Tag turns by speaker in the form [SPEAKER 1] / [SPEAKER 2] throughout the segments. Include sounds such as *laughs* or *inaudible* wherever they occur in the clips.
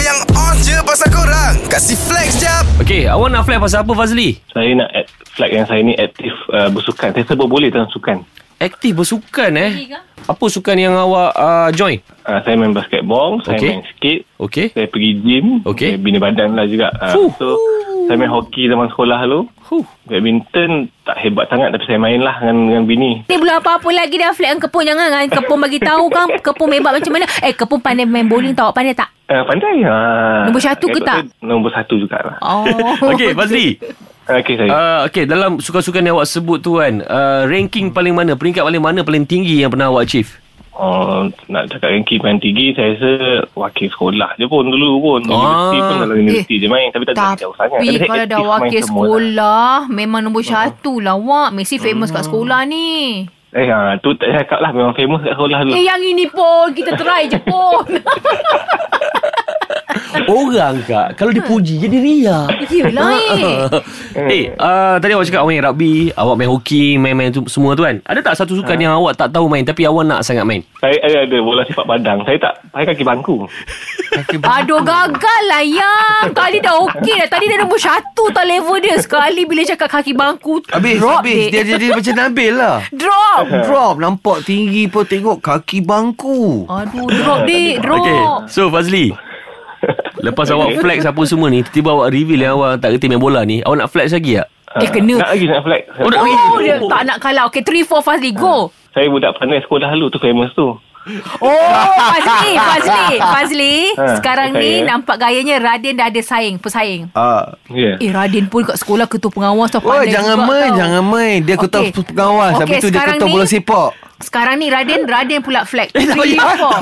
[SPEAKER 1] yang on je pasal korang Kasih flex jap
[SPEAKER 2] Okey, awak nak flag pasal apa Fazli?
[SPEAKER 3] Saya nak add, flag yang saya ni aktif uh, bersukan. Saya serba boleh dalam sukan.
[SPEAKER 2] Aktif bersukan eh. Apa sukan yang awak uh, join?
[SPEAKER 3] Uh, saya main basketball, saya
[SPEAKER 2] Okey.
[SPEAKER 3] main skate,
[SPEAKER 2] Okey.
[SPEAKER 3] saya pergi gym,
[SPEAKER 2] Okey.
[SPEAKER 3] saya bina badan lah juga.
[SPEAKER 2] Fuh.
[SPEAKER 3] Uh, so, saya main hoki zaman sekolah dulu.
[SPEAKER 2] Huh.
[SPEAKER 3] Badminton tak hebat sangat tapi saya main lah dengan, dengan bini.
[SPEAKER 4] Ni belum apa-apa lagi dah flag dengan Kepung jangan kan Kepung bagi tahu kan Kepung hebat macam mana Eh Kepung pandai main bowling tau Awak Pandai tak?
[SPEAKER 3] Uh, pandai. Uh,
[SPEAKER 4] Nombor satu ke tak?
[SPEAKER 3] Nombor satu jugalah.
[SPEAKER 5] Ah.
[SPEAKER 4] Oh
[SPEAKER 2] Okey, Fazli.
[SPEAKER 3] Okey, saya.
[SPEAKER 2] Uh, Okey, dalam sukan-sukan yang awak sebut tu kan, uh, ranking paling mana, peringkat paling mana paling tinggi yang pernah awak achieve?
[SPEAKER 3] Oh, nak cakap ranking paling tinggi Saya rasa Wakil sekolah je pun dulu pun
[SPEAKER 2] Ah.
[SPEAKER 3] Universiti pun dalam universiti je main Tapi tak
[SPEAKER 5] Tapi
[SPEAKER 3] jauh sangat Tapi
[SPEAKER 5] kalau
[SPEAKER 3] saya
[SPEAKER 5] dah
[SPEAKER 3] aktif main semua lah.
[SPEAKER 5] wakil
[SPEAKER 3] Hmm.
[SPEAKER 5] sekolah Memang nombor satu lah awak Messi famous kat sekolah ni
[SPEAKER 3] Eh ha, tu tak cakap lah Memang famous kat sekolah dulu
[SPEAKER 5] Eh yang ini pun Kita try je pun *laughs*
[SPEAKER 2] Orang kak, kalau dipuji jadi riak.
[SPEAKER 5] Yelah eh
[SPEAKER 2] *laughs* Eh, uh, tadi awak cakap awak main rugby, awak main hoki, main-main tu, semua tu kan. Ada tak satu sukan yang awak tak tahu main tapi awak nak sangat main?
[SPEAKER 3] Saya ada, ada bola sepak padang Saya tak Saya kaki bangku
[SPEAKER 5] Aduh gagal lah yang Kali dah okey dah Tadi dah nombor satu tak level dia Sekali bila cakap kaki bangku
[SPEAKER 6] Habis,
[SPEAKER 5] Drop
[SPEAKER 6] habis.
[SPEAKER 5] dek.
[SPEAKER 6] Dia
[SPEAKER 5] *laughs*
[SPEAKER 6] jadi macam Nabil lah.
[SPEAKER 5] Drop
[SPEAKER 6] Drop, nampak tinggi pun tengok kaki bangku.
[SPEAKER 5] Aduh drop dek Drop
[SPEAKER 2] Okey, so Fazli. Lepas awak flex apa semua ni, tiba-tiba awak reveal yang awak tak kerti main bola ni, awak nak flex lagi tak?
[SPEAKER 5] Dia Eh, kena.
[SPEAKER 3] Ah, Nak lagi nak flag
[SPEAKER 2] Oh, nak-
[SPEAKER 5] Oh dia tak nak kalah Okay 3-4 Fazli go
[SPEAKER 3] Saya budak pandai sekolah dulu Tu famous tu
[SPEAKER 5] Oh *laughs* Fazli Fazli Fazli
[SPEAKER 3] Ha,
[SPEAKER 5] Sekarang ni
[SPEAKER 3] saya.
[SPEAKER 5] Nampak gayanya Radin dah ada saing Pesaing
[SPEAKER 6] ya. Ah.
[SPEAKER 3] Ya yeah.
[SPEAKER 5] Eh Radin pun kat sekolah ketua pengawas tau
[SPEAKER 6] Oh, jangan
[SPEAKER 5] juga
[SPEAKER 6] main,
[SPEAKER 5] tau.
[SPEAKER 6] jangan main. Dia ketua
[SPEAKER 5] Okey.
[SPEAKER 6] pengawas. Habis
[SPEAKER 5] Okey,
[SPEAKER 6] tu dia
[SPEAKER 5] sekarang
[SPEAKER 6] ketua
[SPEAKER 5] ni-
[SPEAKER 6] bola sepak.
[SPEAKER 5] *laughs* Sekarang ni Radin Radin pula flag Eh tak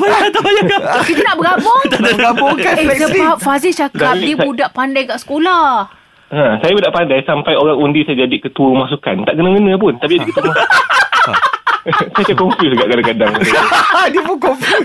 [SPEAKER 5] *laughs* Kita nak bergabung
[SPEAKER 6] Nak gabungkan
[SPEAKER 5] Eh
[SPEAKER 6] flexing.
[SPEAKER 5] sebab Fazli cakap
[SPEAKER 3] Dah,
[SPEAKER 5] Dia
[SPEAKER 3] saya-
[SPEAKER 5] budak pandai kat sekolah
[SPEAKER 3] ha, Saya budak pandai Sampai orang undi Saya jadi ketua masukan Tak kena-kena pun Tapi jadi
[SPEAKER 5] *laughs*
[SPEAKER 3] ketua masukan *laughs* Saya macam confused juga kadang-kadang
[SPEAKER 6] dia pun confuse